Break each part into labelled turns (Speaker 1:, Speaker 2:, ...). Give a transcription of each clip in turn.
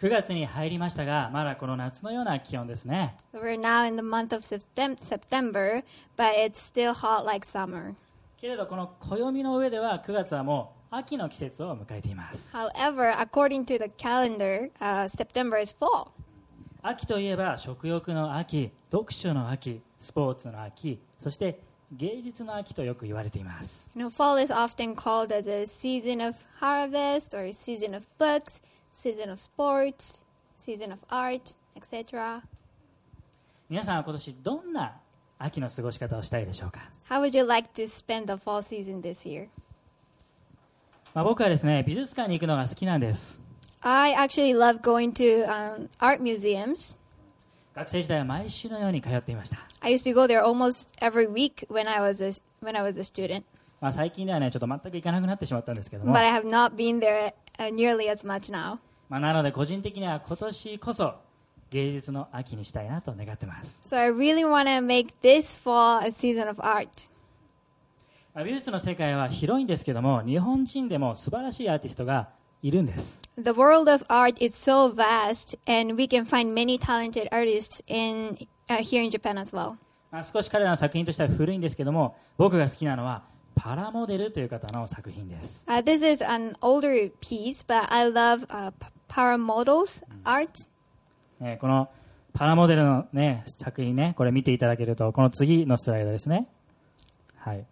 Speaker 1: 9月に入りましたが、まだこの夏のような気温ですね。
Speaker 2: So we're now in the month of Septem- September, but it's still hot like summer.
Speaker 1: けれど、この暦の上では9月はもう秋の季節を迎えています。
Speaker 2: However, according to the calendar, uh, September is fall.
Speaker 1: 秋といえば食欲の秋、読書の秋、スポーツの秋、そして芸術の秋とよく言われています。
Speaker 2: You know, fall is often called as a season of harvest or season of books, season of sports, season of art, etc.
Speaker 1: 皆さんは今年どんな秋の過ごし方をしたいでしょうか、
Speaker 2: How would you like to spend the fall season this year?
Speaker 1: まあ、僕はですね、美術館に行くのが好きなんです。
Speaker 2: I actually love going to um, art museums.
Speaker 1: 学生時代は毎週のように通っていました。
Speaker 2: I used to go there almost every week when I was a, when I was a student,
Speaker 1: まあ、最近ではね、ちょっと全く行かなくなってしまったんですけども、
Speaker 2: but I have not been there uh, nearly as much now.
Speaker 1: まあ、なので個人的には今年こそ芸術の秋にしたいなと願ってます。
Speaker 2: So I really want to make this fall a season of art.
Speaker 1: まあ美術の世界は広いんですけども、日本人でも素晴らしいアーティストがいるんです。
Speaker 2: The world of art is so vast, and we can find many talented artists in uh, here in Japan as well.
Speaker 1: まあ、少し彼らの作品としては古いんですけども僕が好きなのはパラモデルという方の作品です
Speaker 2: Uh, this is an older piece, but I love uh, p- paramodals art.
Speaker 1: ねこのパラモデルの、ね、作品ねこれ見ていただけるとこの次のスライドですねはい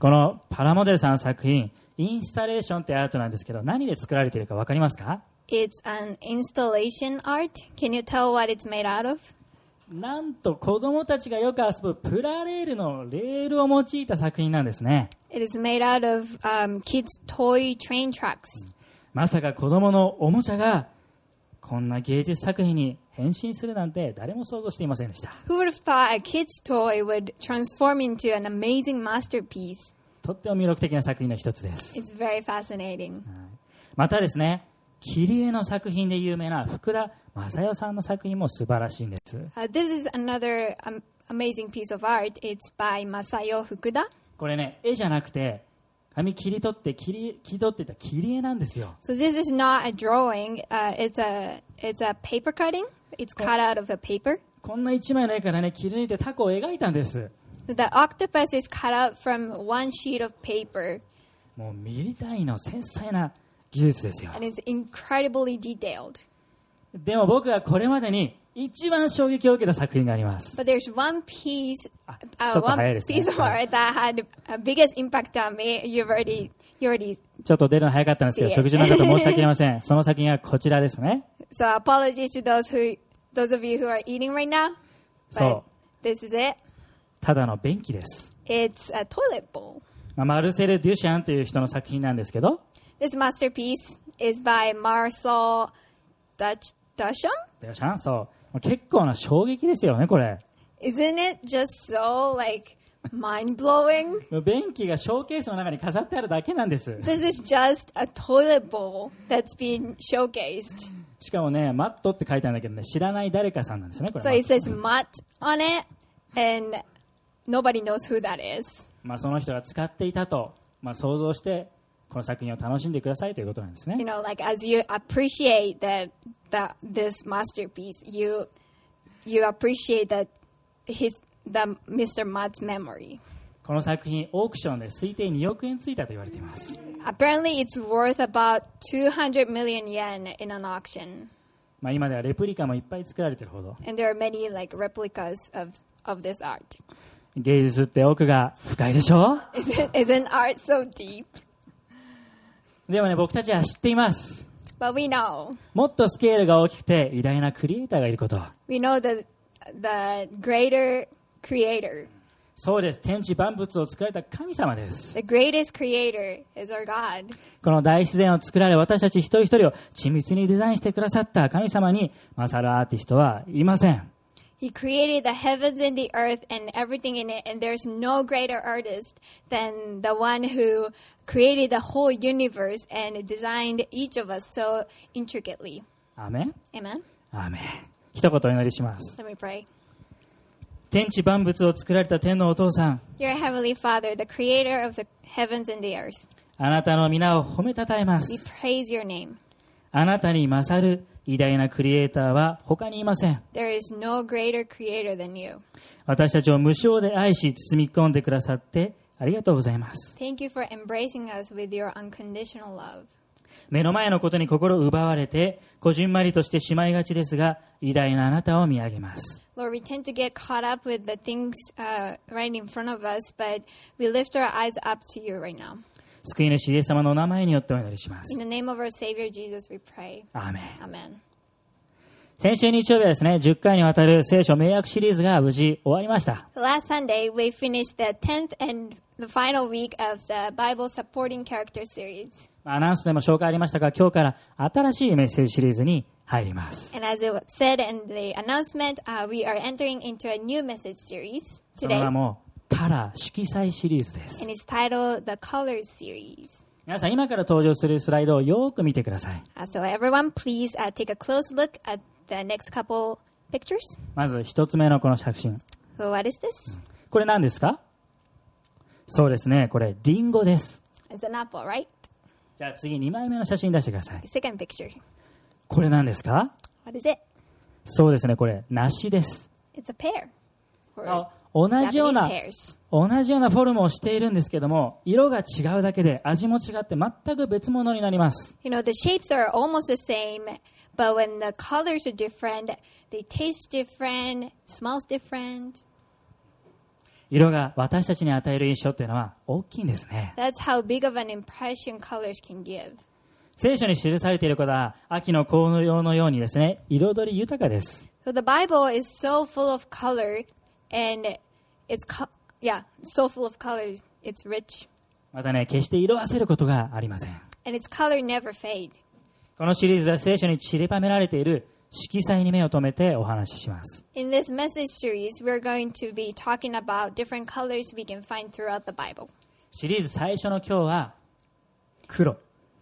Speaker 1: このパラモデルさんの作品インスタレーションってアートなんですけど何で作られているか分かりますか
Speaker 2: It's an installation art. Can you tell what it's made out of?
Speaker 1: なんと子供たちがよく遊ぶプラレールのレールを用いた作品なんですね
Speaker 2: It is made out of um, kids' toy train tracks.
Speaker 1: まさか子供のおもちゃがこんな芸術作品に変身するなんて誰も想像していませんでした
Speaker 2: Who would have thought a kid's toy would transform into an amazing masterpiece?
Speaker 1: とっても魅力的な作品の一つです。
Speaker 2: It's very fascinating.
Speaker 1: またですね、切り絵の作品で有名な福田正代さんの作品も素晴らしいんです。
Speaker 2: Uh, this is another um, amazing piece of art. It's by Masayo Fukuda.
Speaker 1: これね、絵じゃなくて、紙切り取って切り、切り取ってた切り絵なんですよ。
Speaker 2: So this is not a drawing. Uh, it's a it's a paper cutting. It's cut out of a paper.
Speaker 1: こんな一枚の絵からね、切り抜いてタコを描いたんです。
Speaker 2: The octopus is cut out from one sheet of paper,
Speaker 1: もうミリ単位の繊細な技術ですよ。
Speaker 2: and it's incredibly detailed.
Speaker 1: でも僕はこれまでに一番衝撃を受けた作品があります。
Speaker 2: But there's one piece,
Speaker 1: Ah,
Speaker 2: uh,
Speaker 1: ちょっと
Speaker 2: one
Speaker 1: 早いですね。
Speaker 2: piece of
Speaker 1: はい。
Speaker 2: art that had a biggest impact on me. You've already you already
Speaker 1: ちょっと出るの早かったんですけど、
Speaker 2: See it.
Speaker 1: 食事の方申し訳ありませ ん。その作品はこちらですね。
Speaker 2: so apologies to those who those of you who are eating right now. But
Speaker 1: そう。
Speaker 2: this is it.
Speaker 1: ただの便器です。
Speaker 2: It's a toilet bowl.
Speaker 1: まあ、マルセル・デュシャンという人の作品なんですけど、
Speaker 2: This masterpiece is by Marcel Duch- Duchamp.
Speaker 1: デュシャン、そう。もう結構な衝撃ですよね、これ。
Speaker 2: Isn't it just so like mind blowing?
Speaker 1: もう便器がショーケースの中に飾ってあるだけなんです。
Speaker 2: This is just a toilet bowl that's being showcased.
Speaker 1: しかもね、マットって書いてあるんだけどね、知らない誰かさんなんですね、こ
Speaker 2: So
Speaker 1: れ
Speaker 2: it。says Mutt on it, and nobody knows who that is.
Speaker 1: まあ、その人が使っていたと、まあ、想像して、この作品を楽しんでくださいということなんですね
Speaker 2: You。know, like as you appreciate that that this masterpiece, you you appreciate that his the Mr. Mutt's memory.
Speaker 1: この作品、オークションで推定2億円ついたと言われています。
Speaker 2: Apparently, it's worth about 200 million yen in an auction,
Speaker 1: まあ、今ではレプリカもいっぱい作られてるほど、
Speaker 2: and there are many like replicas of of this art.
Speaker 1: 芸術って奥が深いでしょ
Speaker 2: Isn't, isn't art so deep?
Speaker 1: でもね、僕たちは知っています。
Speaker 2: But we know,
Speaker 1: もっとスケールが大きくて偉大なクリエイターがいることを
Speaker 2: we know that the greater creator,
Speaker 1: そうです天地万物を作られた神様です
Speaker 2: the greatest creator is our God.
Speaker 1: この大自然を作られ私たち一人一人を緻密にデザインしてくださった神様に勝るアーティストはいません
Speaker 2: He created the heavens and the earth and everything in it, and there's no greater artist than the one who created the whole universe and designed each of us so intricately.
Speaker 1: アーメン
Speaker 2: Amen.
Speaker 1: アーメン一言お祈りします
Speaker 2: Let me pray.
Speaker 1: 天地万物を作られた天のお父さん
Speaker 2: Dear Heavenly Father, the creator of the heavens and the earth,
Speaker 1: あなたの皆を褒めたたえま
Speaker 2: we
Speaker 1: す
Speaker 2: praise your name.
Speaker 1: あなたに勝る偉大なクリエイターは他にいません。
Speaker 2: There is no greater creator than you.
Speaker 1: 私たちを無償で愛し、包み込んでくださってありがとうございます。
Speaker 2: Thank you for embracing us with your unconditional love.
Speaker 1: 目の前のことに心を奪われて、こじんまりとしてしまいがちですが、偉大なあなたを見上げます。
Speaker 2: Lord, we tend to get caught up with the things uh, right in front of us, but we lift our eyes up to you right now.
Speaker 1: 救い主イエス様のお名前によってお祈りしま
Speaker 2: In
Speaker 1: す。
Speaker 2: the name of our Savior Jesus, we pray.
Speaker 1: アーメン。
Speaker 2: Amen.
Speaker 1: 先週日曜日はですね、10回にわたる聖書名約シリーズが無事終わりました。
Speaker 2: So last Sunday, we finished the 10th and the final week of the Bible Supporting Character series.
Speaker 1: アナウンスでも紹介ありましたが、今日から新しいメッセージシリーズに入ります。
Speaker 2: And as it was said in the announcement, uh, we are entering into a new message series
Speaker 1: その
Speaker 2: today.
Speaker 1: 名も、カラー色彩シリーズで
Speaker 2: And
Speaker 1: す。
Speaker 2: it's titled The Colors Series.
Speaker 1: 皆さん、今から登場するスライドをよーく見てください。
Speaker 2: Uh, so everyone, please uh, take a close look at the next couple pictures.
Speaker 1: まず、一つ目のこの写真。
Speaker 2: So what is this?
Speaker 1: これ何ですかそうですね、これ、リンゴです。
Speaker 2: It's an apple, right?
Speaker 1: じゃあ次、2枚目の写真出してください
Speaker 2: The。second picture.
Speaker 1: これ何ですか
Speaker 2: What is it?
Speaker 1: そうですね、これ、梨です。
Speaker 2: It's a pear. Or
Speaker 1: あ同じよう
Speaker 2: Japanese
Speaker 1: な、
Speaker 2: pears.
Speaker 1: 同じようなフォルムをしているんですけども、色が違うだけで味も違って全く別物になります。
Speaker 2: You know, the shapes are almost the same, but when the colors are different, they taste different, smells different.
Speaker 1: 色が私たちに与える印象っていうのは大きいんですね。
Speaker 2: That's how big of an impression colors can give.
Speaker 1: 聖書に記されていることは秋の紅葉のようにですね、彩り豊かです。
Speaker 2: So the Bible is so full of color, and it's co- yeah, so full of colors. It's rich,
Speaker 1: またね、決して色あせることがありません。
Speaker 2: and its color never fade.
Speaker 1: このシリーズでは聖書に散りばめられている色彩に目を留めてお話しします。
Speaker 2: In this message series, we're going to be talking about different colors we can find throughout the Bible.
Speaker 1: シリーズ最初の今日は黒、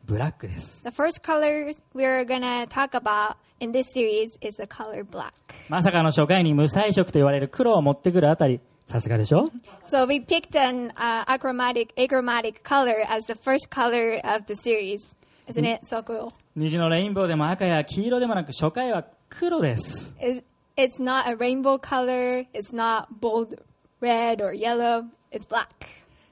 Speaker 1: ブラックです。
Speaker 2: The first color we're gonna talk about in this series is the color black.
Speaker 1: まさかの初回に無彩色と言われる黒を持ってくるあたり、さすがでしょ
Speaker 2: So we picked an uh, achromatic achromatic color as the first color of the series, isn't it? So cool.
Speaker 1: 虹のレインボーでも赤や黄色でもなく初回は黒です。
Speaker 2: It's, it's not a rainbow color. It's not bold red or yellow. It's black.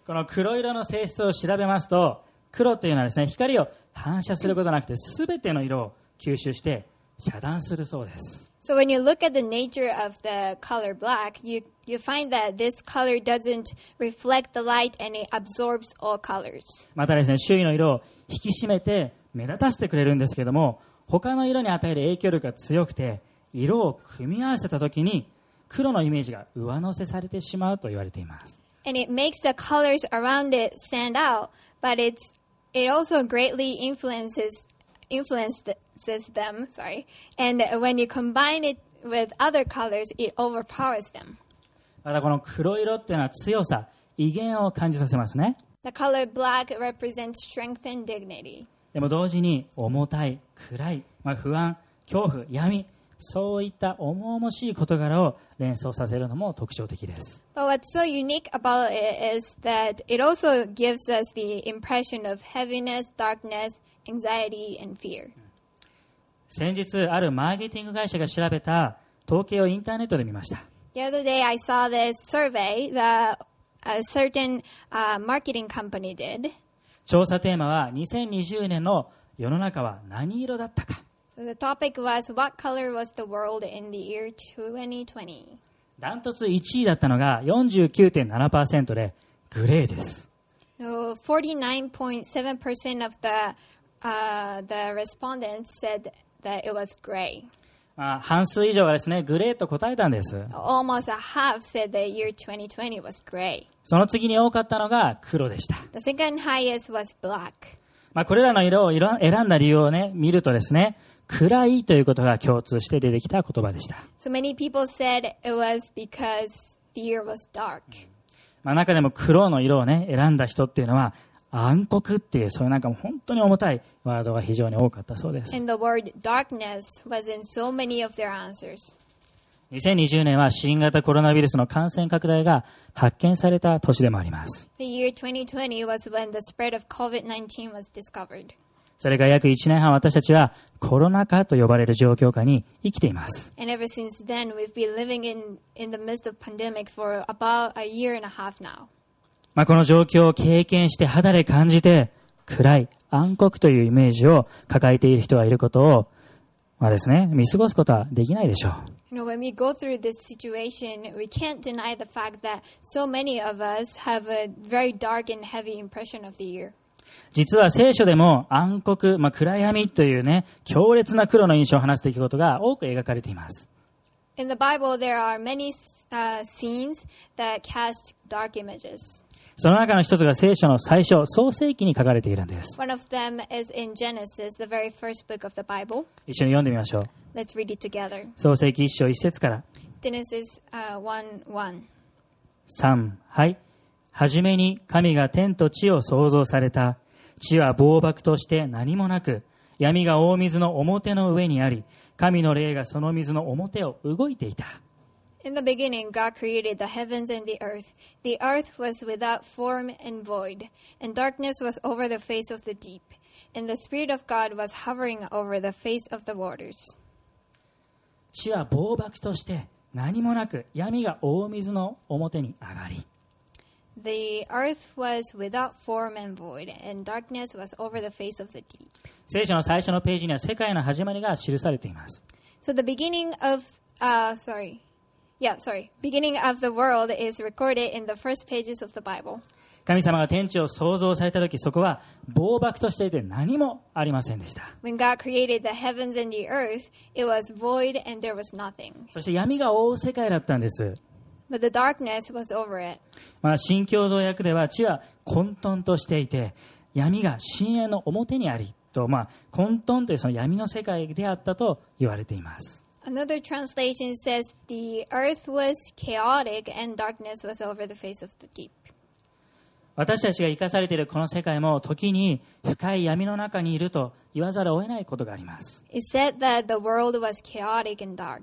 Speaker 1: この黒色の性質を調べますと、黒というのはですね、光を反射することなくて、すべての色を吸収して遮断するそうです。
Speaker 2: So when you look at the nature of the color black, you you find that this color doesn't reflect the light and it absorbs all colors.
Speaker 1: またですね、周囲の色を引き締めて目立たせてくれるんですけども、他の色に与える影響力が強くて、色を組み合わせた時に、黒のイメージが上乗せされてしまうと言われています。
Speaker 2: and it makes the colors around it stand out. But it's it also greatly influences influences them. Sorry, and when you combine it with other colors, it overpowers them.
Speaker 1: またこの黒色っていうのは強さ、威厳を感じさせますね。
Speaker 2: The color black represents strength and dignity.
Speaker 1: でも同時に重たい、暗い、まあ、不安、恐怖、闇、そういった重々しい事柄を連想させるのも特徴的です。
Speaker 2: But what's so unique about it is that it also gives us the impression of heaviness, darkness, anxiety, and fear.
Speaker 1: 先日、あるマーケティング会社が調べた統計をインターネットで見ました。
Speaker 2: The other day, I saw this survey that a certain uh, marketing company did.
Speaker 1: 調査テーマは2020年の世の中は何色だったか。
Speaker 2: The topic was What color was the world in the year 2020?
Speaker 1: ダントツ1位だったのが49.7%でグレーです。
Speaker 2: So 49.7% of the, uh, the respondents said that it was gray.
Speaker 1: まあ、半数以上がですね、グレーと答えたんです。
Speaker 2: Almost a half said the year 2020 was gray.
Speaker 1: その次に多かったのが黒でした。
Speaker 2: The second highest was black.
Speaker 1: まあ、これらの色をいろ選んだ理由をね、見るとですね、暗いということが共通して出てきた言葉でした。
Speaker 2: So many people said it was because the year was dark.
Speaker 1: まあ、中でも黒の色をね、選んだ人っていうのは、暗黒っていう、そういうなんかもう本当に重たいワードが非常に多かったそうです。
Speaker 2: And the word darkness was in so many of their answers.
Speaker 1: 2020年は新型コロナウイルスの感染拡大が発見された年でもあります。
Speaker 2: The year 2020 was when the spread of COVID 19 was discovered.
Speaker 1: それが約1年半私たちはコロナ禍と呼ばれる状況下に生きています。
Speaker 2: And ever since then, we've been living in, in the midst of pandemic for about a year and a half now.
Speaker 1: まあ、この状況を経験して肌で感じて暗い暗黒というイメージを抱えている人がいることを、まあですね、見過ごすことはできないでしょう。
Speaker 2: You know, when we go through this situation, we can't deny the fact that so many of us have a very dark and heavy impression of the year.
Speaker 1: 実は聖書でも暗黒、まあ、暗闇というね、強烈な黒の印象を話す出来事が多く描かれています。
Speaker 2: In the Bible, there are many uh, scenes that cast dark images.
Speaker 1: その中の一つが聖書の最初、創世記に書かれているんです。
Speaker 2: One of them is in Genesis, the very first book of the Bible.
Speaker 1: 一緒に読んでみましょう。
Speaker 2: Let's read it together.
Speaker 1: 創世記一章一節から。
Speaker 2: Genesis uh, 1 1.
Speaker 1: 三、はい。はじめに神が天と地を創造された。地は暴漠として何もなく、闇が大水の表の上にあり、神の霊がその水の表を動いていた。
Speaker 2: In the beginning, God created the heavens and the earth. The earth was without form and void, and darkness was over the face of the deep. And the Spirit of God was hovering over the face of the waters.
Speaker 1: 地は暴漠として何もなく、闇が大水の表に上がり。
Speaker 2: The earth was without form and void, and darkness was over the face of the deep.
Speaker 1: 聖書の最初のページには世界の始まりが記されています。
Speaker 2: So the beginning of, uh, sorry, yeah, sorry, beginning of the world is recorded in the first pages of the Bible.
Speaker 1: 神様が天地を創造された時、そこは暴漠としていて何もありませんでした。
Speaker 2: When God created the heavens and the earth, it was void and there was nothing.
Speaker 1: そして闇が覆う世界だったんです。
Speaker 2: But the darkness was over it.
Speaker 1: まあ、新共同訳では地は混沌としていて闇が深淵の表にありと、まあ、混沌というその闇の世界であったと言われています
Speaker 2: Another translation says the earth was chaotic and darkness was over the face of the deep.
Speaker 1: 私たちが生かされているこの世界も時に深い闇の中にいると言わざるを得ないことがあります
Speaker 2: It said that the world was chaotic and dark.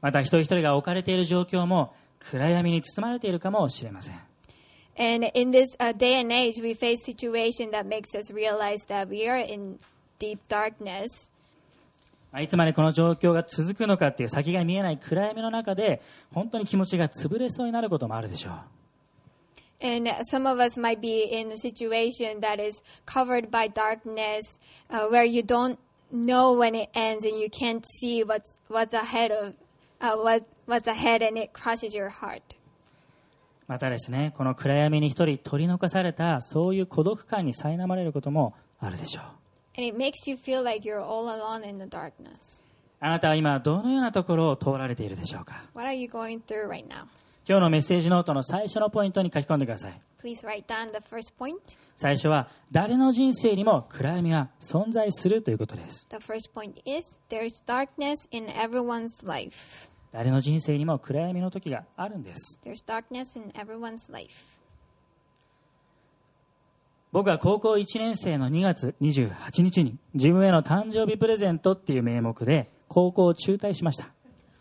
Speaker 1: また一人一人が置かれている状況も暗闇に包まれているかもしれません
Speaker 2: And in this uh, day and age, we face situation that makes us realize that we are in deep darkness.
Speaker 1: まあいつまでこの状況が続くのかっていう先が見えない暗闇の中で本当に気持ちが潰れそうになることもあるでしょう
Speaker 2: And some of us might be in a situation that is covered by darkness, uh, where you don't know when it ends and you can't see what's what's ahead of uh, what what's ahead, and it crushes your heart.
Speaker 1: またですね、この暗闇に一人取り残された、そういう孤独感に苛まれることもあるでしょう。
Speaker 2: And it makes you feel like you're all alone in the darkness.
Speaker 1: あなたは今、どのようなところを通られているでしょうか
Speaker 2: What are you going through right now?
Speaker 1: 今日のメッセージノートの最初のポイントに書き込んでください。
Speaker 2: Please write down the first point.
Speaker 1: 最初は、誰の人生にも暗闇は存在するということです。
Speaker 2: The first point is there's darkness in everyone's life.
Speaker 1: 誰の人生にも暗闇の時があるんです。
Speaker 2: There's darkness in everyone's life.
Speaker 1: 僕は高校1年生の2月28日に、自分への誕生日プレゼントっていう名目で、高校を中退しました。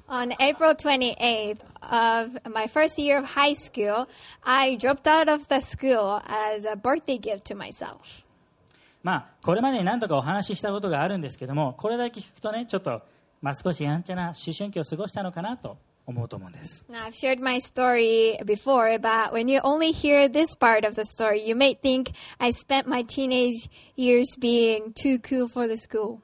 Speaker 2: On April 28th of my first year of high school, I dropped out of the school as a birthday gift to myself.
Speaker 1: まあ、これまでに何度かお話ししたことがあるんですけども、これだけ聞くとね、ちょっと、まあ、少しやんちゃな思春期を過ごしたのかなと思うと思うんです。
Speaker 2: Now, I've shared my story before, but when you only hear this part of the story, you may think I spent my teenage years being too cool for the school.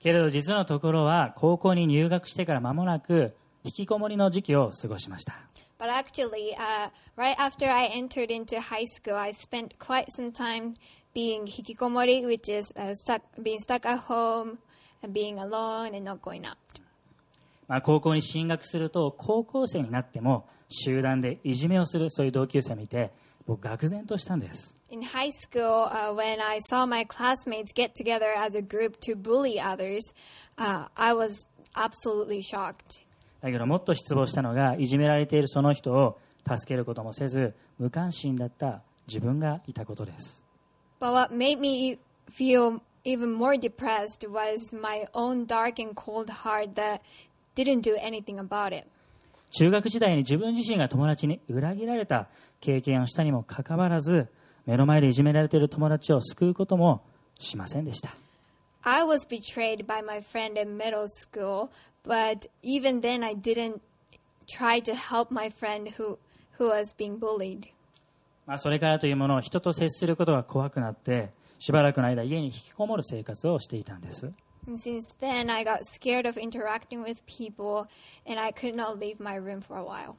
Speaker 1: けれど実のところは、高校に入学してから間もなく、引きこもりの時期を過ごしました。
Speaker 2: But actually, uh, right after I entered into high school, I spent quite some time being hikikomori, which is uh, stuck, being stuck at home and being alone and not going out.
Speaker 1: まあ、高校に進学すると、高校生になっても、集団でいじめをする、そういう同級生を見て、僕、愕然としたんです。
Speaker 2: In high school, uh, when I saw my classmates get together as a group to bully others, uh, I was absolutely shocked.
Speaker 1: だけど、もっと失望したのが、いじめられているその人を助けることもせず、無関心だった自分がいたことです。
Speaker 2: But what made me e-, feel even more depressed was my own dark and cold heart that didn't do anything about it.
Speaker 1: 中学時代に自分自身が友達に裏切られた経験をしたにもかかわらず目の前でいじめられている友達を救うこともしませんでした
Speaker 2: I was betrayed by my friend in middle school, but even then I didn't try to help my friend who, who was being bullied.
Speaker 1: まあ、それからというものを人と接することが怖くなってしばらくの間家に引きこもる生活をしていたんです
Speaker 2: And since then, I got scared of interacting with people and I could not leave my room for a while.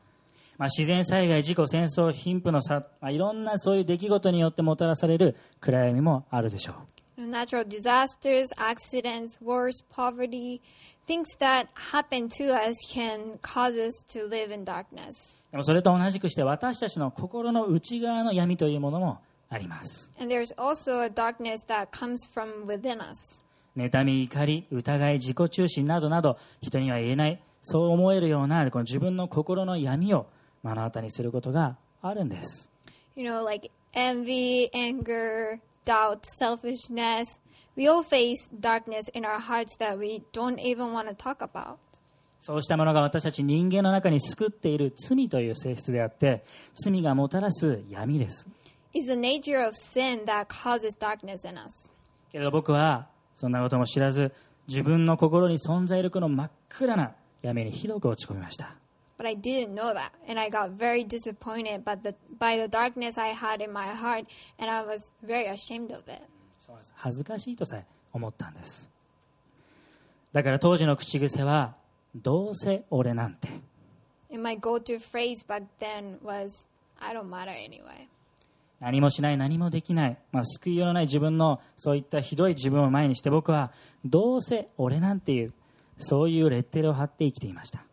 Speaker 1: まあ、自然災害、事故、戦争、貧富の差、まあ、いろんなそういう出来事によってもたらされる暗闇もあるでしょう。
Speaker 2: Natural disasters, accidents, wars, poverty, things that happen to us can cause us to live in darkness.
Speaker 1: でもそれと同じくして私たちの心の内側の闇というものもあります。
Speaker 2: And there's also a darkness that comes from within us.
Speaker 1: 妬み、怒り、疑い、自己中心などなど人には言えない、そう思えるようなこの自分の心の闇を目の当たりにすることがあるんです。
Speaker 2: You know, like envy, anger, doubt, selfishness. We all face darkness in our hearts that we don't even want to talk about.
Speaker 1: そうしたものが私たち人間の中に救っている罪という性質であって、罪がもたらす闇です。
Speaker 2: It's the nature of sin that causes darkness in us.
Speaker 1: けれど僕はそんなことも知らず自分の心に存在るこの真っ暗な闇にひどく落ち込みました
Speaker 2: But I didn't know that, and I got very disappointed by the, by the darkness I had in my heart, and I was very ashamed of it.
Speaker 1: そうなんです恥ずかしいとさえ思ったんですだから当時の口癖は「どうせ俺なんて
Speaker 2: And my go to phrase back then was, I don't matter anyway.
Speaker 1: 何もしない何もできない、まあ、救いようのない自分のそういったひどい自分を前にして僕は「どうせ俺なんて」いうそういうレッテルを貼って生きていました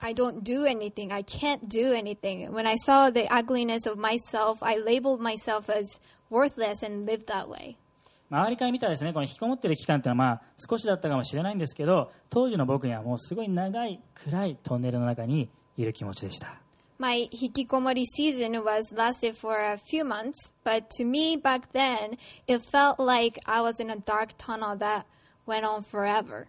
Speaker 2: I don't do anything. I can't do anything. When I saw the ugliness of myself, I labeled myself as worthless and lived that way.
Speaker 1: 周りから見たらですねこの引きこもってる期間っていうのはまあ少しだったかもしれないんですけど当時の僕にはもうすごい長い暗いトンネルの中にいる気持ちでした
Speaker 2: My hikikomori season was lasted for a few months, but to me back then, it felt like I was in a dark tunnel that went on forever.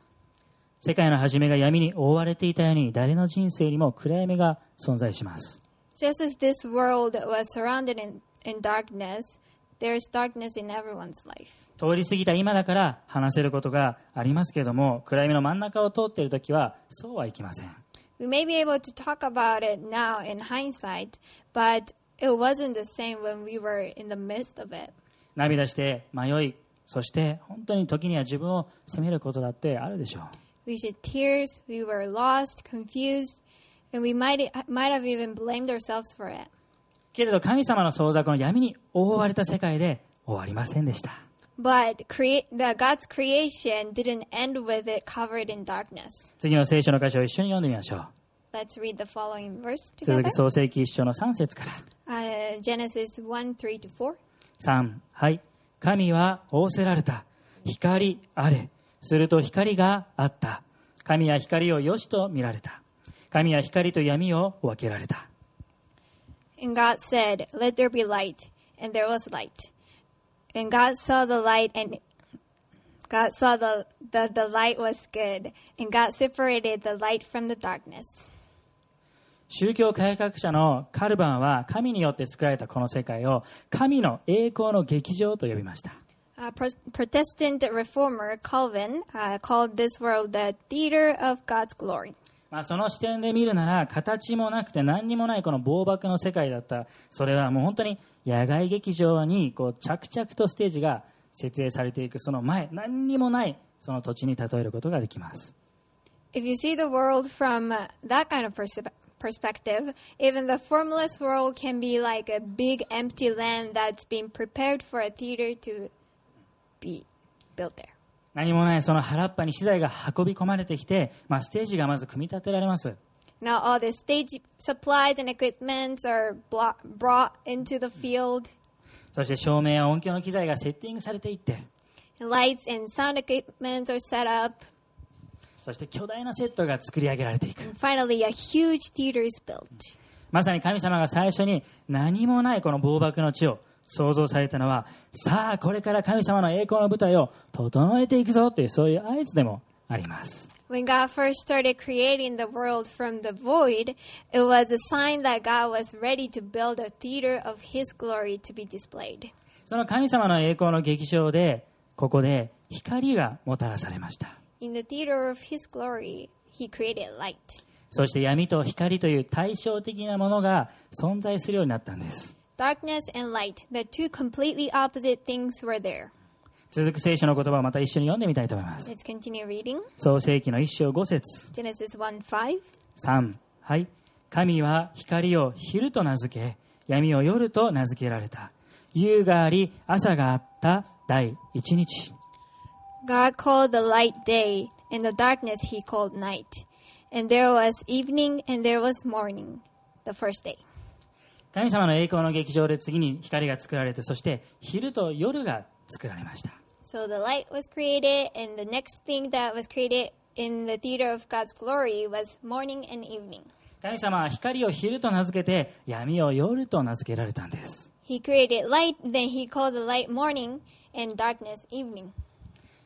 Speaker 1: 世界の初めが闇に覆われていたように誰の人生にも暗闇が存在します
Speaker 2: Just as this world was surrounded in, in darkness, there's darkness in everyone's life.
Speaker 1: 通り過ぎた今だから話せることがありますけれども暗闇の真ん中を通っている時はそうはいきません
Speaker 2: We may be able to talk about it now in hindsight, but it wasn't the same when we were in the midst of it.
Speaker 1: 涙して迷いそして本当に時には自分を責めることだってあるでしょう
Speaker 2: We shed tears, we were lost, confused, and we might, might have even blamed ourselves for it.
Speaker 1: けれど神様の創作の闇に覆われた世界で終わりませんでした
Speaker 2: But crea- the, God's creation didn't end with it covered in darkness.
Speaker 1: 次の聖書の箇所を一緒に読んでみましょう
Speaker 2: Let's read the following verse
Speaker 1: 続
Speaker 2: together
Speaker 1: き創世記一章の3節から
Speaker 2: uh, Genesis 1 3 to 4.
Speaker 1: 3はい神は仰せられた光あれすると光があった神は光を良しと見られた神は光と闇を分けられた
Speaker 2: And God said, Let there be light. And there was light. And God saw the light and God saw the, the, the light was good. And God separated the light from the darkness.
Speaker 1: 宗教改革者のカルバンは神によって作られたこの世界を神の栄光の劇場と呼びました
Speaker 2: A pro- Protestant reformer Calvin uh, called this world the theater of God's glory.
Speaker 1: まあ、その視点で見るなら形もなくて何にもないこの暴漠の世界だったそれはもう本当に野外劇場にこう着々とステージが設営されていくその前何にもないその土地に例えることができます、
Speaker 2: If you see the world from uh, that kind of perspe- perspective, even the formless world can be like a big empty land that's been prepared for a theater to be built there.
Speaker 1: 何もないその原っぱに資材が運び込まれてきて、まあ、ステージがまず組み立てられます
Speaker 2: Now all the stage supplies and equipments are blo- brought into the field.
Speaker 1: そして照明や音響の機材がセッティングされていって
Speaker 2: Lights and sound equipments are set up.
Speaker 1: そして巨大なセットが作り上げられていく
Speaker 2: And finally, a huge theater is built.
Speaker 1: まさに神様が最初に何もないこの暴漠の地を創造されたのはさあこれから神様の栄光の舞台を整えていくぞっていうそういう合図でもあります
Speaker 2: When God first started creating the world from the void, it was a sign that God was ready to build a theater of His glory to be displayed.
Speaker 1: その神様の栄光の劇場でここで光がもたらされました
Speaker 2: In the theater of His glory, He created light.
Speaker 1: そして闇と光という対照的なものが存在するようになったんです
Speaker 2: Darkness and light, the two completely opposite things were there.
Speaker 1: 続く聖書の言葉をまた一緒に読んでみたいと思います
Speaker 2: Let's continue reading.
Speaker 1: 創世記の一章五節
Speaker 2: Genesis 1 5.
Speaker 1: 3はい神は光を昼と名付け闇を夜と名付けられた夕があり朝があった第一日
Speaker 2: God called the light day, and the darkness he called night. And there was evening, and there was morning, the first day.
Speaker 1: 神様の栄光の劇場で次に光が作られてそして昼と夜が作られました
Speaker 2: So the light was created, and the next thing that was created in the theater of God's glory was morning and evening.
Speaker 1: 神様は光を昼と名付けて闇を夜と名付けられたんです
Speaker 2: He created light, then he called the light morning, and darkness evening.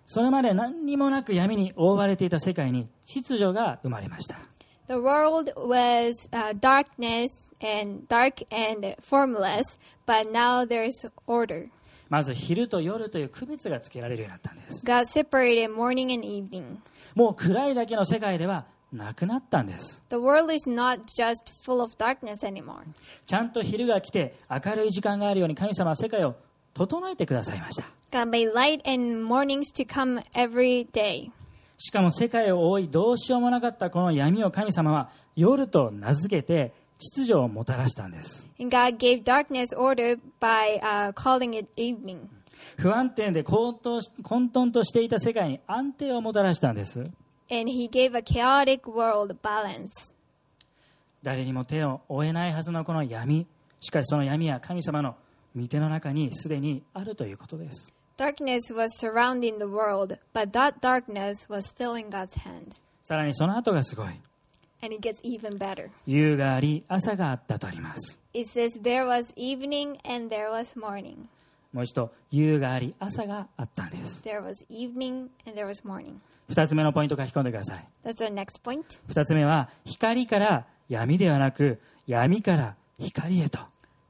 Speaker 1: それまで何にもなく闇に覆われていた世界に秩序が生まれました
Speaker 2: The world was uh, darkness and dark and formless, but now there's order.
Speaker 1: まず昼と夜という区別がつけられるようになったんです
Speaker 2: God separated morning and evening.
Speaker 1: もう暗いだけの世界ではなくなったんです
Speaker 2: The world is not just full of darkness anymore.
Speaker 1: ちゃんと昼が来て明るい時間があるように神様は世界を整えてくださいました
Speaker 2: God made light and mornings to come every day.
Speaker 1: しかも世界を覆いどうしようもなかったこの闇を神様は夜と名付けて秩序をもたらしたんです
Speaker 2: And God gave darkness order by uh, calling it evening.
Speaker 1: 不安定で混沌し混沌としていた世界に安定をもたらしたんです
Speaker 2: And He gave a chaotic world balance.
Speaker 1: 誰にも手を負えないはずのこの闇しかしその闇は神様の御手の中にすでにあるということです
Speaker 2: Darkness was surrounding the world, but that darkness was still in God's hand.
Speaker 1: さらにその後がすごい
Speaker 2: And it gets even better.
Speaker 1: 夕があり朝があったとあります
Speaker 2: It says, There was evening and there was morning.
Speaker 1: もう一度夕があり朝があったんです
Speaker 2: There was evening and there was morning.
Speaker 1: 二つ目のポイント書き込んでください
Speaker 2: That's our next point.
Speaker 1: 二つ目は光から闇ではなく闇から光へと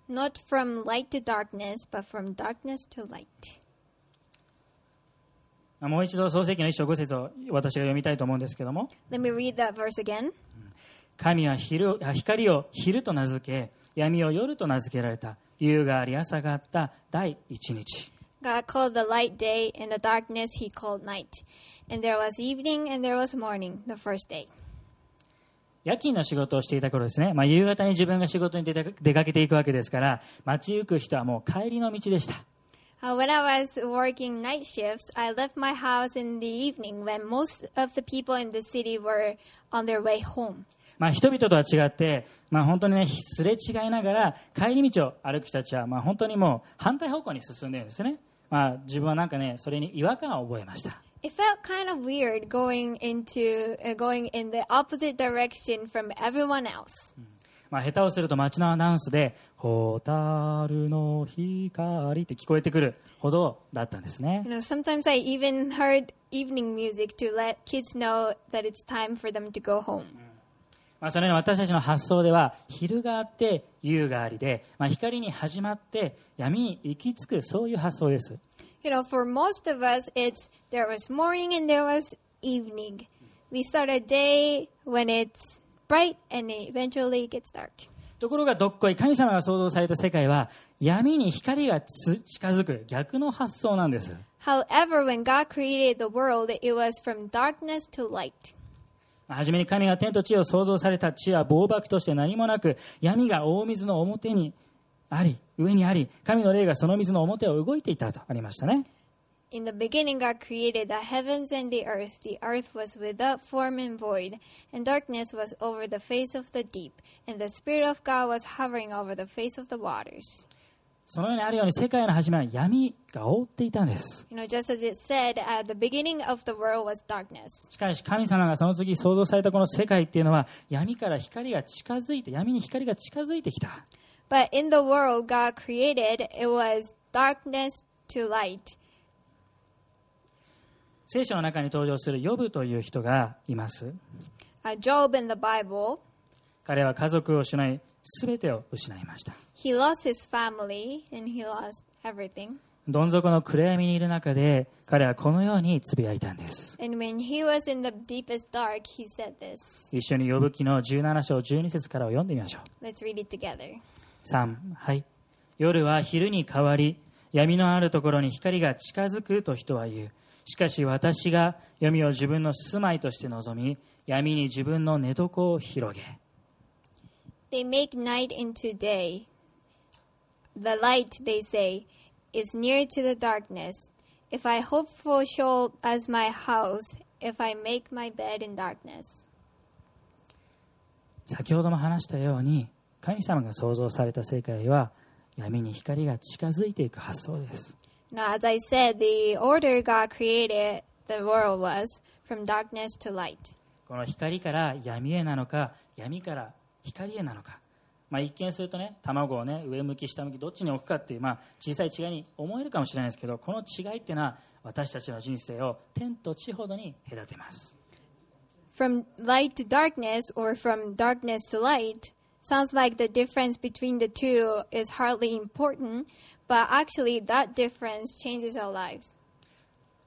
Speaker 2: Not from light to darkness, but from darkness to light.
Speaker 1: まあもう一度創世記の一章五節を私が読みたいと思うんですけども
Speaker 2: Let me read that verse again.
Speaker 1: 神は昼あ光を昼と名付け闇を夜と名付けられた夕があり朝があった第一日
Speaker 2: God called the light day, and the darkness he called night. And there was evening and there was morning, the first day.
Speaker 1: 夜勤の仕事をしていた頃ですね、まあ、夕方に自分が仕事に出た出かけていくわけですから街行く人はもう帰りの道でした
Speaker 2: Uh, when I was working night shifts, I left my house in the evening when most of the people in the city were on their way home.
Speaker 1: まあ、人々とは違って、まあ、本当にね、すれ違いながら、帰り道を歩く人たちは、まあ、本当にもう反対方向に進んでるんですね。まあ、自分はなんかね、それに違和感を覚えました。
Speaker 2: It felt kind of weird going into uh, going in the opposite direction from everyone else.
Speaker 1: まあ、下手をすると街のアナウンスで、ホタルの光って聞こえてくるほどだったんですね
Speaker 2: You。know, sometimes I even heard evening music to let kids know that it's time for them to go home.
Speaker 1: まあ、そのように私たちの発想では、昼があって、夕がありで、まあ、光に始まって、闇に行き着く、そういう発想です。
Speaker 2: You know, for most of us, it's there was morning and there was evening. We start a day when it's bright and it eventually gets dark.
Speaker 1: ところがどっこい神様が創造された世界は闇に光がつ近づく逆の発想なんです
Speaker 2: However, when God created the world, it was from darkness to light.
Speaker 1: 初めに神が天と地を創造された地は暴漠として何もなく闇が大水の表にあり上にあり神の霊がその水の表を動いていたとありましたね
Speaker 2: In the beginning, God created the heavens and the earth. The earth was without form and void, and darkness was over the face of the deep, and the Spirit of God was hovering over the face of the waters.
Speaker 1: そのようにあるように世界の初めは闇が覆っていたんです
Speaker 2: You know, just as it said, uh, the beginning of the world was darkness.
Speaker 1: しかし神様がその次創造されたこの世界っていうのは闇から光が近づいて闇に光が近づいてきた
Speaker 2: But in the world God created, it was darkness to light.
Speaker 1: 聖書の中に登場するヨブという人がいます
Speaker 2: Uh, Job in the Bible,
Speaker 1: 彼は家族を失い全てを失いました
Speaker 2: he lost his family and he lost everything.
Speaker 1: どん底の暗闇にいる中で彼はこのようにつぶやいたんです
Speaker 2: And when he was in the deepest dark, he said this.
Speaker 1: 一緒に呼ぶ記の17章12節からを読んでみましょう
Speaker 2: Let's read it together.
Speaker 1: 3はい夜は昼に変わり闇のあるところに光が近づくと人は言うしかし私が闇を自分の住まいとして望み闇に自分の寝床を広げ
Speaker 2: They make night into day. The light, they say, is near to the darkness. If I hope for Sheol as my house, if I make my bed in darkness.
Speaker 1: 先ほども話したように神様が創造された世界は闇に光が近づいていく発想です
Speaker 2: Now, as I said, the order God created the world was from darkness to light.
Speaker 1: この光から闇へなのか闇から光へなのか、まあ、一見するとね卵をね上向き下向きどっちに置くかっていう、まあ、小さい違いに思えるかもしれないですけどこの違いっていうのは私たちの人生を天と地ほどに隔てます
Speaker 2: From light to darkness or from darkness to light sounds like the difference between the two is hardly important, but actually, that difference changes our lives.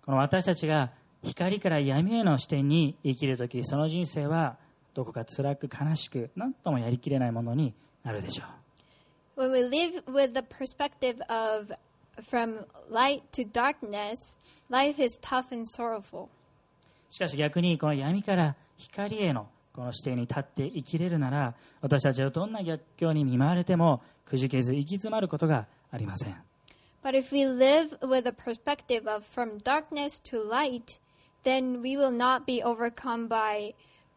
Speaker 1: この私たちが光から闇への視点に生きるときその人生はどこか辛く悲しく何ともやりきれないものになるでしょう
Speaker 2: When we live with the perspective of from light to darkness, life is tough and sorrowful.
Speaker 1: しかし逆にこの闇から光へのこの視点に立って生きれるなら私たちはどんな逆境に見舞われてもくじけず行き詰まることがありません
Speaker 2: But if we live with the perspective of from darkness to light, then we will not be overcome by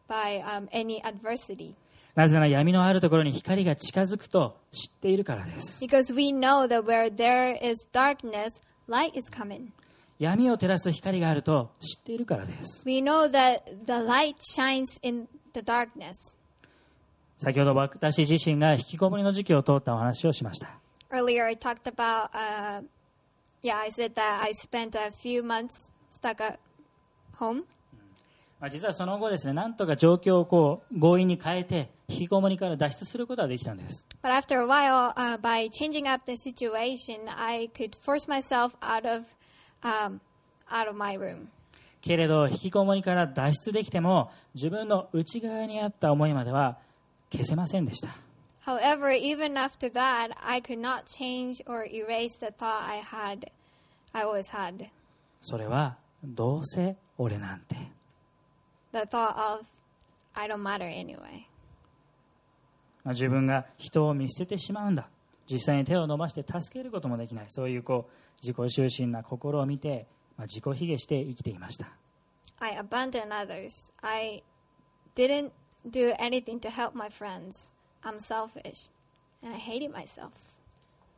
Speaker 2: by um, any adversity
Speaker 1: なぜなら闇のあるところに光が近づくと知っているからです
Speaker 2: because we know that where there is darkness, light is coming.
Speaker 1: 闇を照らす光があると知っているからです
Speaker 2: We know that the light shines in the darkness.
Speaker 1: 先ほど私自身が引きこもりの時期を通ったお話をしました
Speaker 2: Earlier, I talked about. Uh, yeah, I said that I spent a few months stuck at home.
Speaker 1: まあ、実はその後ですねなんとか状況をこう強引に変えて引きこもりから脱出することができたんです
Speaker 2: But after a while, uh, by changing up the situation, I could force myself out of um, out of my room.
Speaker 1: けれど引きこもりから脱出できても自分の内側にあった思いまでは消せませんでした
Speaker 2: However, even after that, I could not change or erase the thought I had, I always had,
Speaker 1: それはどうせ俺なんて
Speaker 2: the thought of I don't matter anyway.
Speaker 1: まあ自分が人を見捨ててしまうんだ実際に手を伸ばして助けることもできないそういうこう自己中心な心を見て、まあ、自己卑下して生きていました
Speaker 2: I abandoned others. I didn't do anything to help my friends. I'm selfish, and I hated myself.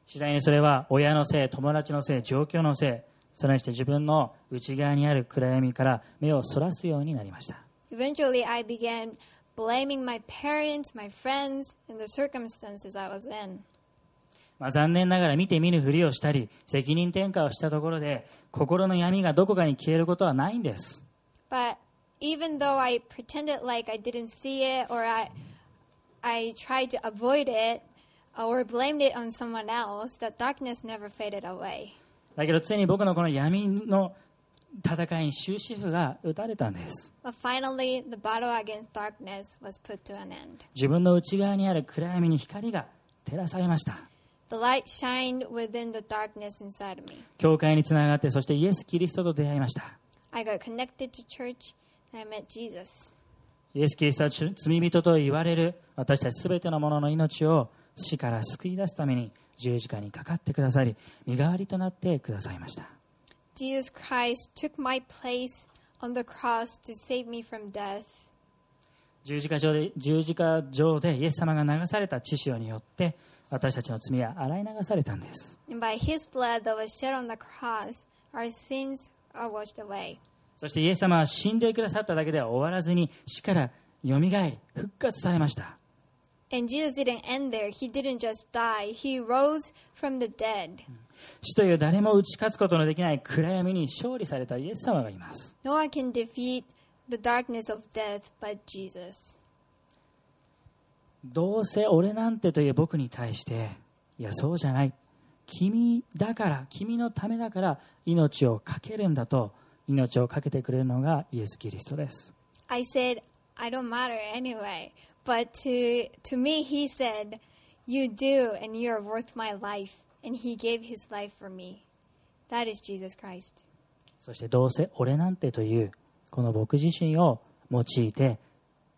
Speaker 1: 次第にそれは親のせい友達のせい状況のせいそれにして自分の内側にある暗闇から目をそらすようになりました
Speaker 2: Eventually, I began blaming my parents, my friends, and the circumstances I was in.
Speaker 1: まあ、残念ながら見て見ぬふりをしたり責任転嫁をしたところで心の闇がどこかに消えることはないんです
Speaker 2: But even though I pretended like I didn't see it or I, I tried to avoid it or blamed it on someone else, the darkness never faded away.
Speaker 1: だけど常に僕のこの闇の戦いに終止符が打たれたんです
Speaker 2: But finally, the battle against darkness was put to an end.
Speaker 1: 自分の内側にある暗闇に光が照らされました
Speaker 2: The light shined within the darkness inside of me.
Speaker 1: 教会につながってそしてイエス・キリストと出会いました
Speaker 2: I got connected to church and I met Jesus.
Speaker 1: イエス・キリストは罪人と言われる私たち全てのものの命を死から救い出すために十字架にかかってくださり身代わりとなってくださいました
Speaker 2: Jesus Christ took my place on the cross to save me from death.
Speaker 1: 十字架上で十字架上でイエス様が流された血潮によって私たちの罪は洗い流されたんです
Speaker 2: And by his blood that was shed on the cross, our sins are washed away.
Speaker 1: そしてイエス様は死んでくださっただけでは終わらずに死からよみがえり復活されました
Speaker 2: And Jesus didn't end there. He didn't just die, he rose from the dead.
Speaker 1: 死という誰も打ち勝つことのできない暗闇に勝利されたイエス様がいます
Speaker 2: No one can defeat the darkness of death but Jesus.
Speaker 1: どうせ俺なんてという僕に対していやそうじゃない君だから君のためだから命を懸けるんだと命を懸けてくれるのがイエス・キリストです
Speaker 2: I said, I don't matter anyway. But to, to me, he said, You do, and you are worth my life. And he gave his life for me. That is Jesus Christ.
Speaker 1: そしてどうせ俺なんてというこの僕自身を用いて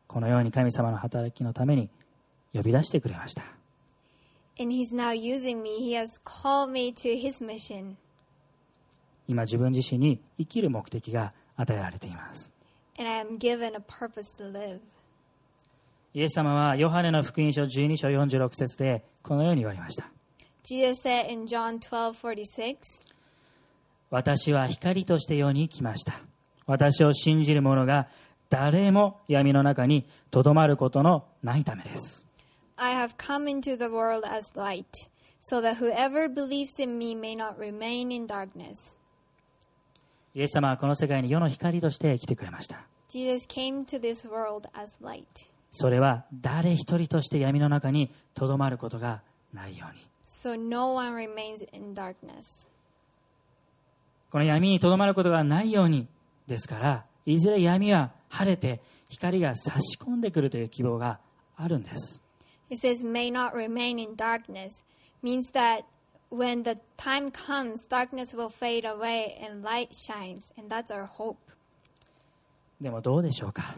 Speaker 1: このように神様の働きのために呼び出してくれました
Speaker 2: And he's now using me. He has called me to his mission.
Speaker 1: 今自分自身に生きる目的が与えられています
Speaker 2: And I am given a purpose to live.
Speaker 1: イエス様はヨハネの福音書12章46節でこのように言われました
Speaker 2: Jesus said in John 12 46,
Speaker 1: 私は光として世に来ました私を信じる者が誰も闇の中にとどまることのないためです
Speaker 2: I have come into the world as light, so that whoever believes in me may not remain in darkness.
Speaker 1: イエス様はこの世界に世の光として来てくれました
Speaker 2: Jesus came to this world as light,
Speaker 1: それは誰一人として闇の中にとどまることがないように
Speaker 2: so no one remains in darkness.
Speaker 1: この闇にとどまることがないようにですからいずれ闇は晴れて光が差し込んでくるという希望があるんです
Speaker 2: It says, may not remain in darkness, means that when the time comes, darkness will fade away and light shines, and that's our hope.
Speaker 1: でもどうでしょうか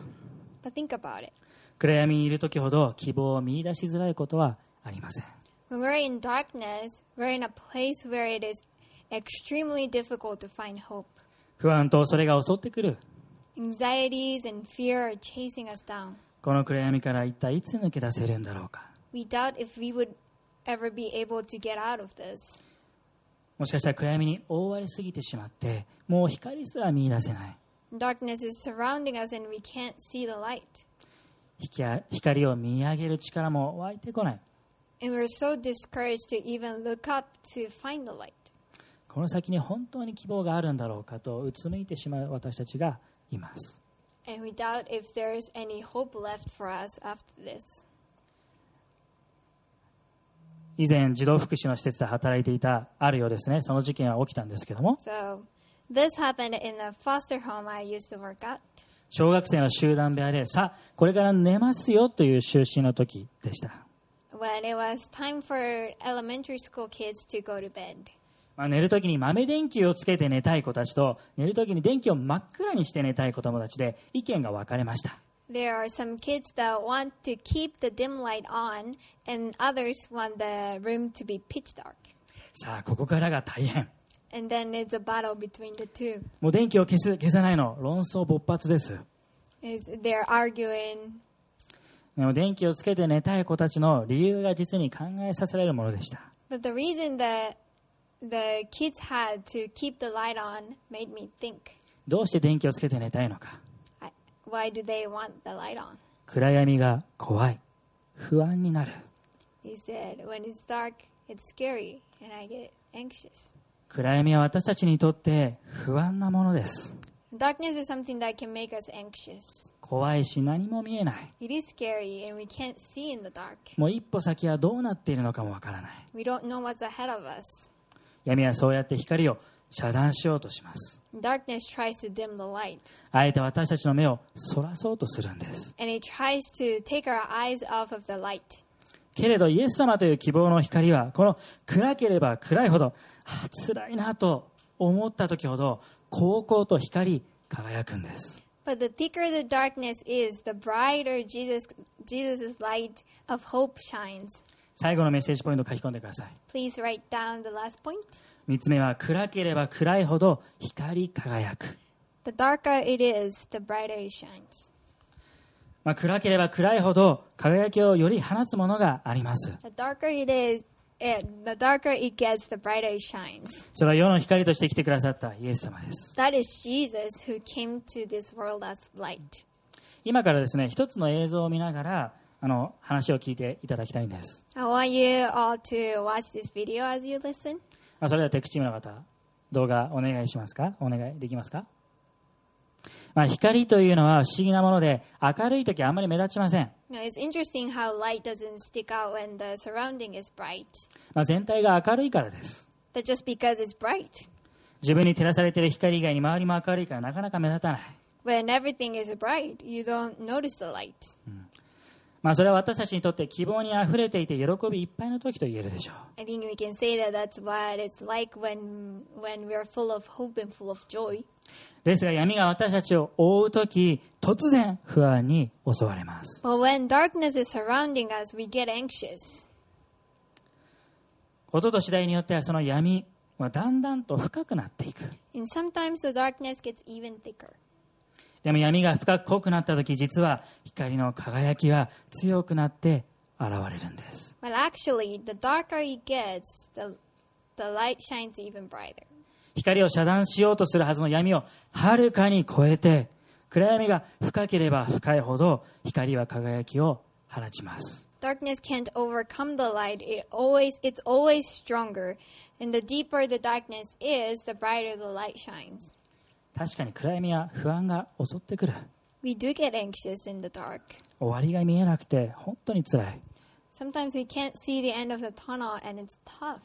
Speaker 2: But think about it.
Speaker 1: 暗闇にいる時ほど希望を見出しづらいことはありません
Speaker 2: When we're in darkness, we're in a place where it is extremely difficult to find hope.
Speaker 1: 不安と恐れが襲ってくる
Speaker 2: Anxieties and fear are chasing us down.
Speaker 1: この暗闇から一体いつ抜け出せるんだろうか
Speaker 2: We doubt if we would ever be able to get out of this.
Speaker 1: もしかしたら暗闇に覆われすぎてしまってもう光すら見出せない
Speaker 2: Darkness is surrounding us and we can't see the light.
Speaker 1: ひきゃ光を見上げる力も湧いてこない
Speaker 2: And we're so discouraged to even look up to find the light.
Speaker 1: この先に本当に希望があるんだろうかとうつむいてしまう私たちがいます
Speaker 2: And we doubt if there is any hope left for us after this.
Speaker 1: 以前児童福祉の施設で働いていたあるようですねその事件は起きたんですけども
Speaker 2: So, this happened in a foster home I used to work at.
Speaker 1: 小学生の集団部屋でさあこれから寝ますよという就寝の時でした、
Speaker 2: when it was time for elementary school kids to go to bed.
Speaker 1: まあ、寝る時に豆電球をつけて寝たい子たちと寝る時に電気を真っ暗にして寝たい子供たちで意見が分かれました
Speaker 2: There are some kids that want to keep the dim light on, and others want the room to be pitch dark.
Speaker 1: さあここからが大変
Speaker 2: And then it's a battle between the two.
Speaker 1: もう電気を消す消さないの論争勃発です
Speaker 2: Is they're arguing.
Speaker 1: でも電気をつけて寝たい子たちの理由が実に考えさせられるものでした
Speaker 2: But the reason that the kids had to keep the light on made me think
Speaker 1: どうして電気をつけて寝たいのか
Speaker 2: I- why do they want the light on?
Speaker 1: 暗闇が怖い不安になる
Speaker 2: He said, when it's dark, it's scary, and I get anxious.
Speaker 1: 暗闇は私たちにとって不安なものです
Speaker 2: Darkness is something that can make us anxious.
Speaker 1: 怖いし何も見えない
Speaker 2: It is scary and we can't see in the dark.
Speaker 1: もう一歩先はどうなっているのかもわからない
Speaker 2: We don't know what's ahead of us.
Speaker 1: 闇はそうやって光を遮断しようとします
Speaker 2: Darkness tries to dim the light
Speaker 1: あえて私たちの目をそらそうとするんです
Speaker 2: and it tries to take our eyes off of the light.
Speaker 1: けれどイエス様という希望の光はこの暗ければ暗いほどあ辛いなと思った時ほど高光と光り輝くんです
Speaker 2: But the thicker the darkness is, the brighter Jesus Jesus' light of hope shines.
Speaker 1: 最後のメッセージポイント書き込んでください
Speaker 2: Please write down the last point.
Speaker 1: 3つ目は暗ければ暗いほど光り輝く、
Speaker 2: The darker it is, the brighter it shines.
Speaker 1: まあ、暗ければ暗いほど輝きをより放つものがあります
Speaker 2: The darker it is, it, the darker it gets, the brighter it shines.
Speaker 1: それは世の光として来てくださったイエス様です
Speaker 2: That is Jesus who came to this world as light.
Speaker 1: 今からですね一つの映像を見ながらあの話を聞いていただきたいんです、
Speaker 2: I want you all to watch this video as you listen.
Speaker 1: まあ、それではテクチームの方動画お願いしますかお願いできますかまあ、光というのは不思議なもので明るい時はあんまり目立ちません、
Speaker 2: Now, it's interesting how light doesn't stick out when the surrounding is bright.
Speaker 1: まあ、全体が明るいからです。
Speaker 2: That just because it's bright.
Speaker 1: 自分に照らされている光以外に周りも明るいからなかなか目立たない。
Speaker 2: When everything is bright, you don't notice the light.
Speaker 1: まあ、それは私たちにとって希望にあふれていて喜びいっぱいの時と言えるでしょう。
Speaker 2: I think we can say that that's what it's like when when we're full of hope and full of joy.
Speaker 1: ですが闇が私たちを覆う時突然不安に襲われます
Speaker 2: But when darkness is surrounding us, we get anxious.
Speaker 1: ことと次第によってはその闇はだんだんと深くなっていく
Speaker 2: And sometimes the darkness gets even thicker.
Speaker 1: でも闇が深く濃くなった時実は光の輝きは強くなって現れるんです
Speaker 2: But actually, the darker it gets, the the light shines even brighter.
Speaker 1: 光を遮断しようとするはずの闇をはるかに超えて暗闇が深ければ深いほど光は輝きを放ちます
Speaker 2: Darkness can't overcome the light. It always it's always stronger. And the deeper the darkness is, the brighter the light shines.
Speaker 1: 確かに暗闇は不安が襲ってくる
Speaker 2: We do get anxious in the dark.
Speaker 1: 終わりが見えなくて本当につらい
Speaker 2: Sometimes we can't see the end of the tunnel and it's tough.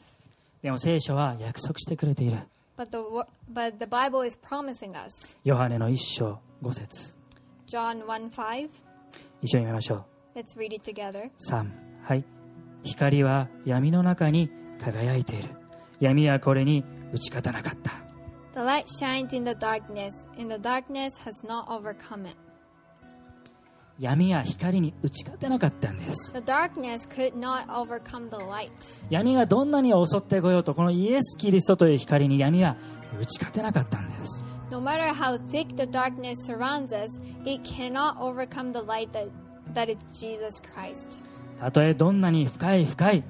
Speaker 1: でも聖書は約束してくれている
Speaker 2: But the wo- but the Bible is promising us.
Speaker 1: ヨハネの一章五節
Speaker 2: John 1 5.
Speaker 1: 一緒に見ましょう
Speaker 2: Let's read it together.
Speaker 1: 3はい光は闇の中に輝いている闇はこれに打ち勝たなかった
Speaker 2: The light shines in the darkness, and the darkness has not overcome it.
Speaker 1: 闇や光に打ち勝てなかったんです
Speaker 2: The darkness could not overcome the light.
Speaker 1: 闇がどんなに襲ってこようとこのイエス・キリストという光に闇は打ち勝てなかったんです
Speaker 2: No matter how thick the darkness surrounds us, it cannot overcome the light that, that is Jesus Christ.
Speaker 1: たとえどんなに深い深い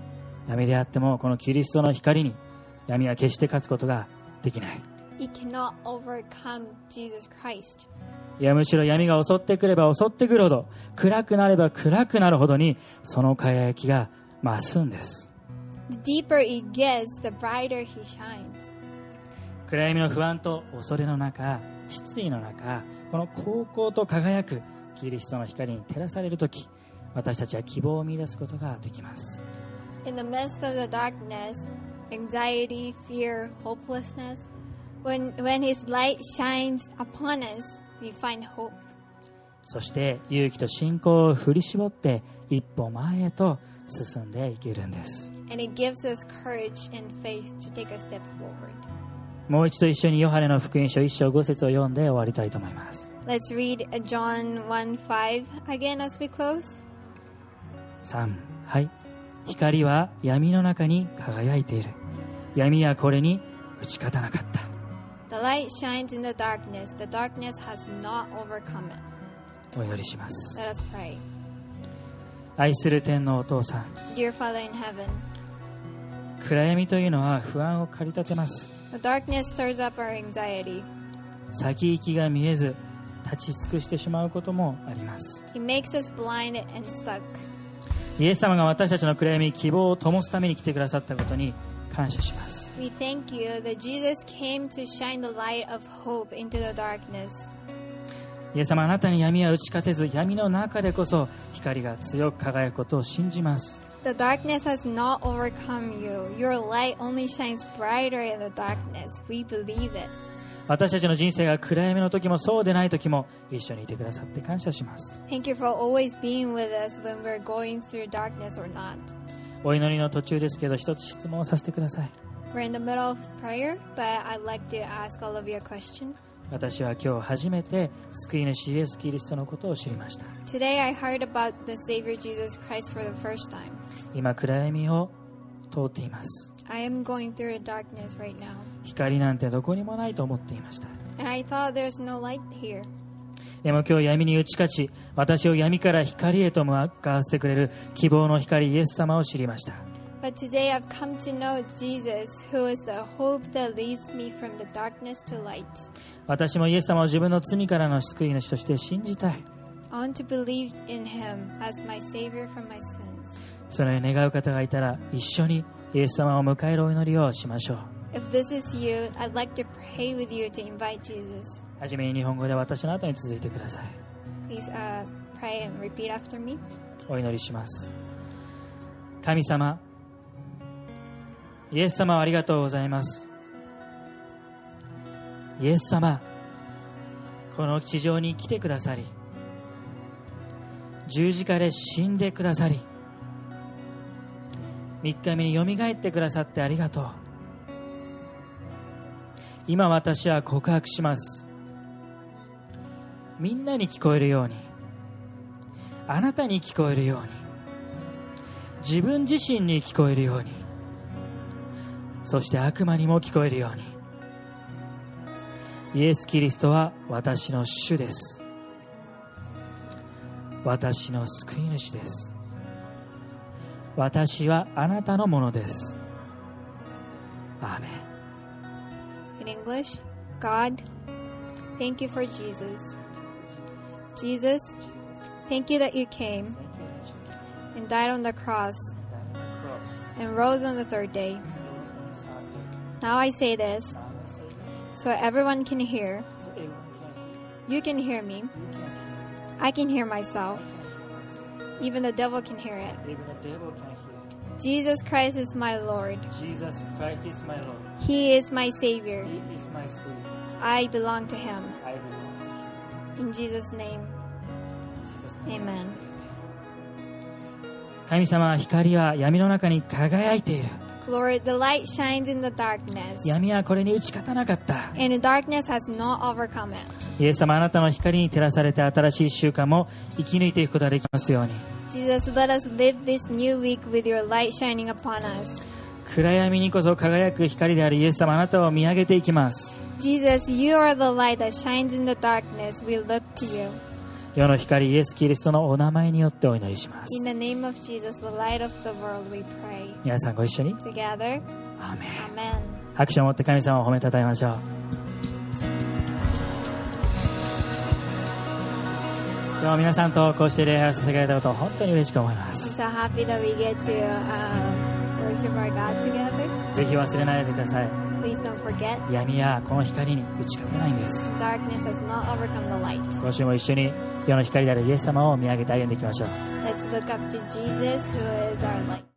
Speaker 1: 闇であってもこのキリストの光に闇は決して勝つことができない
Speaker 2: It cannot overcome Jesus Christ.
Speaker 1: いやむしろ闇が襲ってくれば襲ってくるほど暗くなれば暗くなるほどにその輝きが増すんです
Speaker 2: The deeper it gets, the brighter he shines.
Speaker 1: 暗闇の不安と恐れの中失意の中この高校と輝くキリストの光に照らされる時私たちは希望を見出すことができます
Speaker 2: In the midst of the darkness, anxiety, fear, hopelessness, when, when his light shines upon us, we find hope.
Speaker 1: そして勇気と信仰を振り絞って一歩前へと進んでいけるんです
Speaker 2: and it gives us courage and faith to take a step forward.
Speaker 1: もう一度一緒にヨハネの福音書1章5節を読んで終わりたいと思います
Speaker 2: Let's read uh, John 1 5 again as we close.
Speaker 1: 3はい光は闇の中に輝いている闇はこれに打ち勝たなかった
Speaker 2: The light shines in the darkness, the darkness has not overcome it.
Speaker 1: お祈りします
Speaker 2: Let us pray.
Speaker 1: 愛する天のお父さん
Speaker 2: Dear Father in heaven,
Speaker 1: 暗闇というのは不安を駆り立てます
Speaker 2: the darkness stirs up our anxiety.
Speaker 1: 先行きが見えず立ち尽くしてしまうこともあります
Speaker 2: It makes us blind and stuck.
Speaker 1: イエス様が私たちの暗闇希望を灯すために来てくださったことに感謝します
Speaker 2: We thank you that Jesus came to shine the light of hope into the darkness.
Speaker 1: イエス様あなたに闇は打ち勝てず闇の中でこそ光が強く輝くことを信じます
Speaker 2: The darkness has not overcome you. Your light only shines brighter in the darkness. We believe it.
Speaker 1: 私たちの人生が暗闇の時もそうでない時も一緒にいてくださって感謝します
Speaker 2: Thank you for always being with us when we're going through darkness or not.
Speaker 1: お祈りの途中ですけど一つ質問をさせてください
Speaker 2: We're in the middle of prayer, but I'd like to ask all of you a question.
Speaker 1: 私は今日初めて救い主イエス・キリストのことを知りました
Speaker 2: Today I heard about the Savior Jesus Christ for the first time.
Speaker 1: 今暗闇を通っています
Speaker 2: I am going through a darkness right now,
Speaker 1: 光なんてどこにもないと思っていました
Speaker 2: and I thought there's no light here.
Speaker 1: でも今日闇に打ち勝ち私を闇から光へと向かわせてくれる希望の光イエス様を知りました
Speaker 2: But today I've come to know Jesus, who is the hope that leads me from the darkness to light.
Speaker 1: 私もイエス様を自分の罪からの救い主として信じたい
Speaker 2: I want to believe in him as my savior from my sins.
Speaker 1: それを願う方がいたら一緒にイエス様を迎えるお祈りをしましょう
Speaker 2: If this is you, I'd like to pray with you to invite Jesus.
Speaker 1: はじめに日本語で私の後に続いてください。
Speaker 2: Please uh, pray and repeat after me.
Speaker 1: お祈りします。神様、イエス様をありがとうございます。イエス様、この地上に来てくださり、十字架で死んでくださり、三日目によみがえってくださってありがとう。今私は告白します。みんなに聞こえるように。あなたに聞こえるように自分自身に聞こえるようにそして悪魔にも聞こえるようにイエス・キリストは私の主です私の救い主です私はあなたのものですアーメン
Speaker 2: In English, God, thank you for Jesus. Jesus, thank you that you came and died on the cross and rose on the third day. Now I say this so everyone can hear. You can hear me. I can hear myself. Even the devil can hear it.
Speaker 1: Even the devil can hear.
Speaker 2: Jesus Christ is my Lord.
Speaker 1: Jesus Christ is my Lord.
Speaker 2: He is my Savior.
Speaker 1: He is my Savior.
Speaker 2: I belong to Him.
Speaker 1: I belong to him.
Speaker 2: In Jesus' name, Amen.
Speaker 1: 神様は光は闇の中に輝いている
Speaker 2: Lord, the light shines in the darkness,
Speaker 1: 闇はこれに打ち勝たなかった
Speaker 2: and the darkness has not overcome it.
Speaker 1: イエス様あなたの光に照らされて新しい週間も生き抜いていくことができますように
Speaker 2: Jesus, let us live this new week with your light shining upon us.
Speaker 1: 暗闇にこそ輝く光であるイエス様あなたを見上げていきます
Speaker 2: Jesus, you are the light that shines in the darkness. We look to you.
Speaker 1: 世の光イエス・キリストのお名前によってお祈りしま
Speaker 2: In
Speaker 1: す
Speaker 2: the name of Jesus, the light of the world, we pray.
Speaker 1: 皆さんご一緒に
Speaker 2: Together,
Speaker 1: アーメン
Speaker 2: Amen.
Speaker 1: 拍手を持って神様を褒めたたえましょう今日は皆さんとこうして礼拝を捧げられたことを本当に嬉しく思いま
Speaker 2: I'm
Speaker 1: す
Speaker 2: so happy that we get to um, worship our God together.
Speaker 1: ぜひ忘れないでください
Speaker 2: Please don't forget,
Speaker 1: 闇やこの光に打ち勝てないんです
Speaker 2: darkness has not overcome the light.
Speaker 1: 今週も一緒に世の光であるイエス様を見上げて歩んでいきましょう
Speaker 2: Let's look up to Jesus, who is our light.